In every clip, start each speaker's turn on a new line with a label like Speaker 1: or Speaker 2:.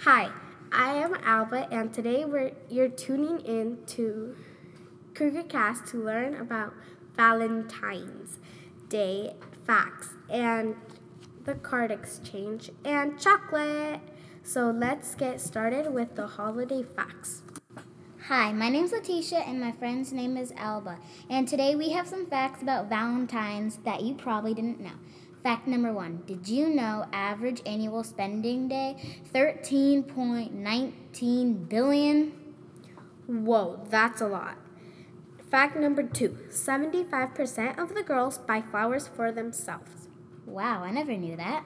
Speaker 1: Hi, I am Alba, and today we're, you're tuning in to KrugerCast to learn about Valentine's Day facts and the card exchange and chocolate. So let's get started with the holiday facts.
Speaker 2: Hi, my name's Letitia and my friend's name is Alba. And today we have some facts about Valentine's that you probably didn't know. Fact number one Did you know average annual spending day 13.19 billion?
Speaker 1: Whoa, that's a lot. Fact number two 75% of the girls buy flowers for themselves.
Speaker 2: Wow, I never knew that.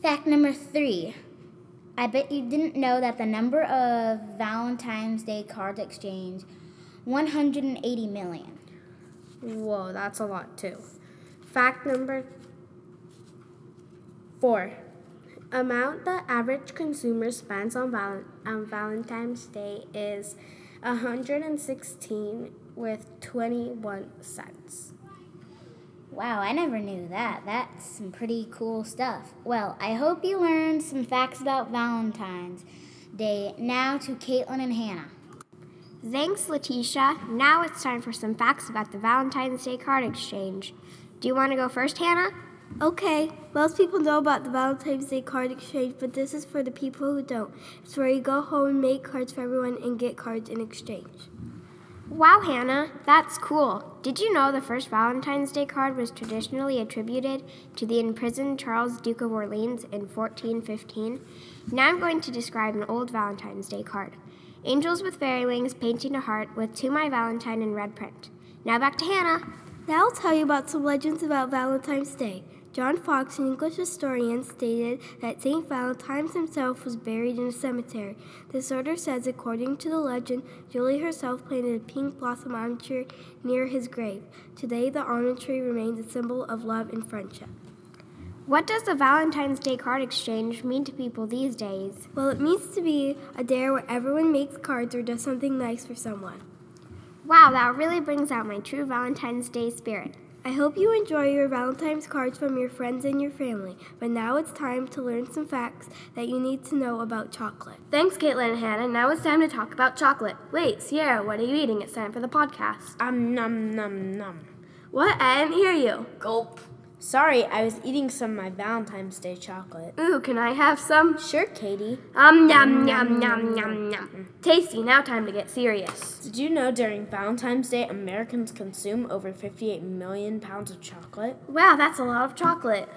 Speaker 2: Fact number three I bet you didn't know that the number of Valentine's Day cards exchanged 180 million.
Speaker 1: Whoa, that's a lot too. Fact number four amount the average consumer spends on, val- on Valentine's Day is 116 with 21 cents.
Speaker 2: Wow, I never knew that. That's some pretty cool stuff. Well, I hope you learned some facts about Valentine's Day. Now to Caitlin and Hannah.
Speaker 3: Thanks, Letitia. Now it's time for some facts about the Valentine's Day card exchange. Do you want to go first, Hannah?
Speaker 4: Okay, most people know about the Valentine's Day card exchange, but this is for the people who don't. It's where you go home and make cards for everyone and get cards in exchange.
Speaker 3: Wow, Hannah, that's cool. Did you know the first Valentine's Day card was traditionally attributed to the imprisoned Charles Duke of Orleans in 1415? Now I'm going to describe an old Valentine's Day card. Angels with fairy wings painting a heart with To My Valentine in red print. Now back to Hannah.
Speaker 4: Now I'll tell you about some legends about Valentine's Day. John Fox, an English historian, stated that St. Valentine's himself was buried in a cemetery. This order says, according to the legend, Julie herself planted a pink blossom almond tree near his grave. Today, the almond tree remains a symbol of love and friendship.
Speaker 3: What does the Valentine's Day card exchange mean to people these days?
Speaker 4: Well, it means to be a day where everyone makes cards or does something nice for someone.
Speaker 3: Wow, that really brings out my true Valentine's Day spirit.
Speaker 4: I hope you enjoy your Valentine's cards from your friends and your family, but now it's time to learn some facts that you need to know about chocolate.
Speaker 5: Thanks, Caitlin and Hannah. Now it's time to talk about chocolate. Wait, Sierra, what are you eating? It's time for the podcast.
Speaker 6: Um, num, num, num.
Speaker 5: What? I didn't hear you.
Speaker 6: Gulp. Sorry, I was eating some of my Valentine's Day chocolate.
Speaker 5: Ooh, can I have some?
Speaker 6: Sure, Katie.
Speaker 5: Um, yum, yum, yum, yum, yum. Tasty. Now time to get serious.
Speaker 6: Did you know during Valentine's Day, Americans consume over 58 million pounds of chocolate?
Speaker 5: Wow, that's a lot of chocolate.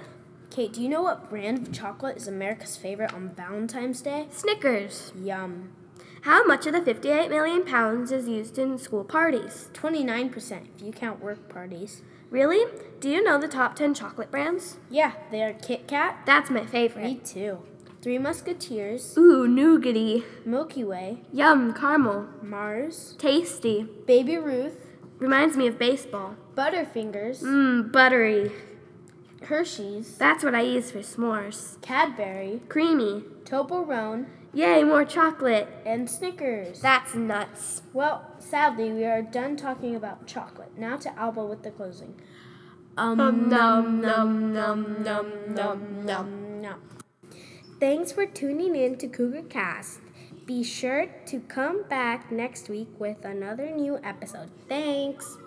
Speaker 6: Kate, do you know what brand of chocolate is America's favorite on Valentine's Day?
Speaker 5: Snickers.
Speaker 6: Yum.
Speaker 5: How much of the 58 million pounds is used in school parties?
Speaker 6: 29% if you count work parties.
Speaker 5: Really? Do you know the top 10 chocolate brands?
Speaker 6: Yeah, they are Kit Kat.
Speaker 5: That's my
Speaker 6: Me
Speaker 5: favorite.
Speaker 6: too. Three Musketeers,
Speaker 5: Ooh, nougaty.
Speaker 6: Milky Way,
Speaker 5: Yum, caramel.
Speaker 6: Mars,
Speaker 5: Tasty.
Speaker 6: Baby Ruth,
Speaker 5: Reminds me of baseball.
Speaker 6: Butterfingers,
Speaker 5: Mmm, buttery.
Speaker 6: Hershey's,
Speaker 5: That's what I use for s'mores.
Speaker 6: Cadbury,
Speaker 5: Creamy.
Speaker 6: Toblerone,
Speaker 5: Yay, more chocolate.
Speaker 6: and Snickers.
Speaker 5: That's nuts.
Speaker 6: Well, sadly, we are done talking about chocolate. Now to Alba with the closing.
Speaker 5: Um, num, num, num, num, num, num.
Speaker 6: Um, no.
Speaker 1: Thanks for tuning in to KrugerCast. Be sure to come back next week with another new episode. Thanks.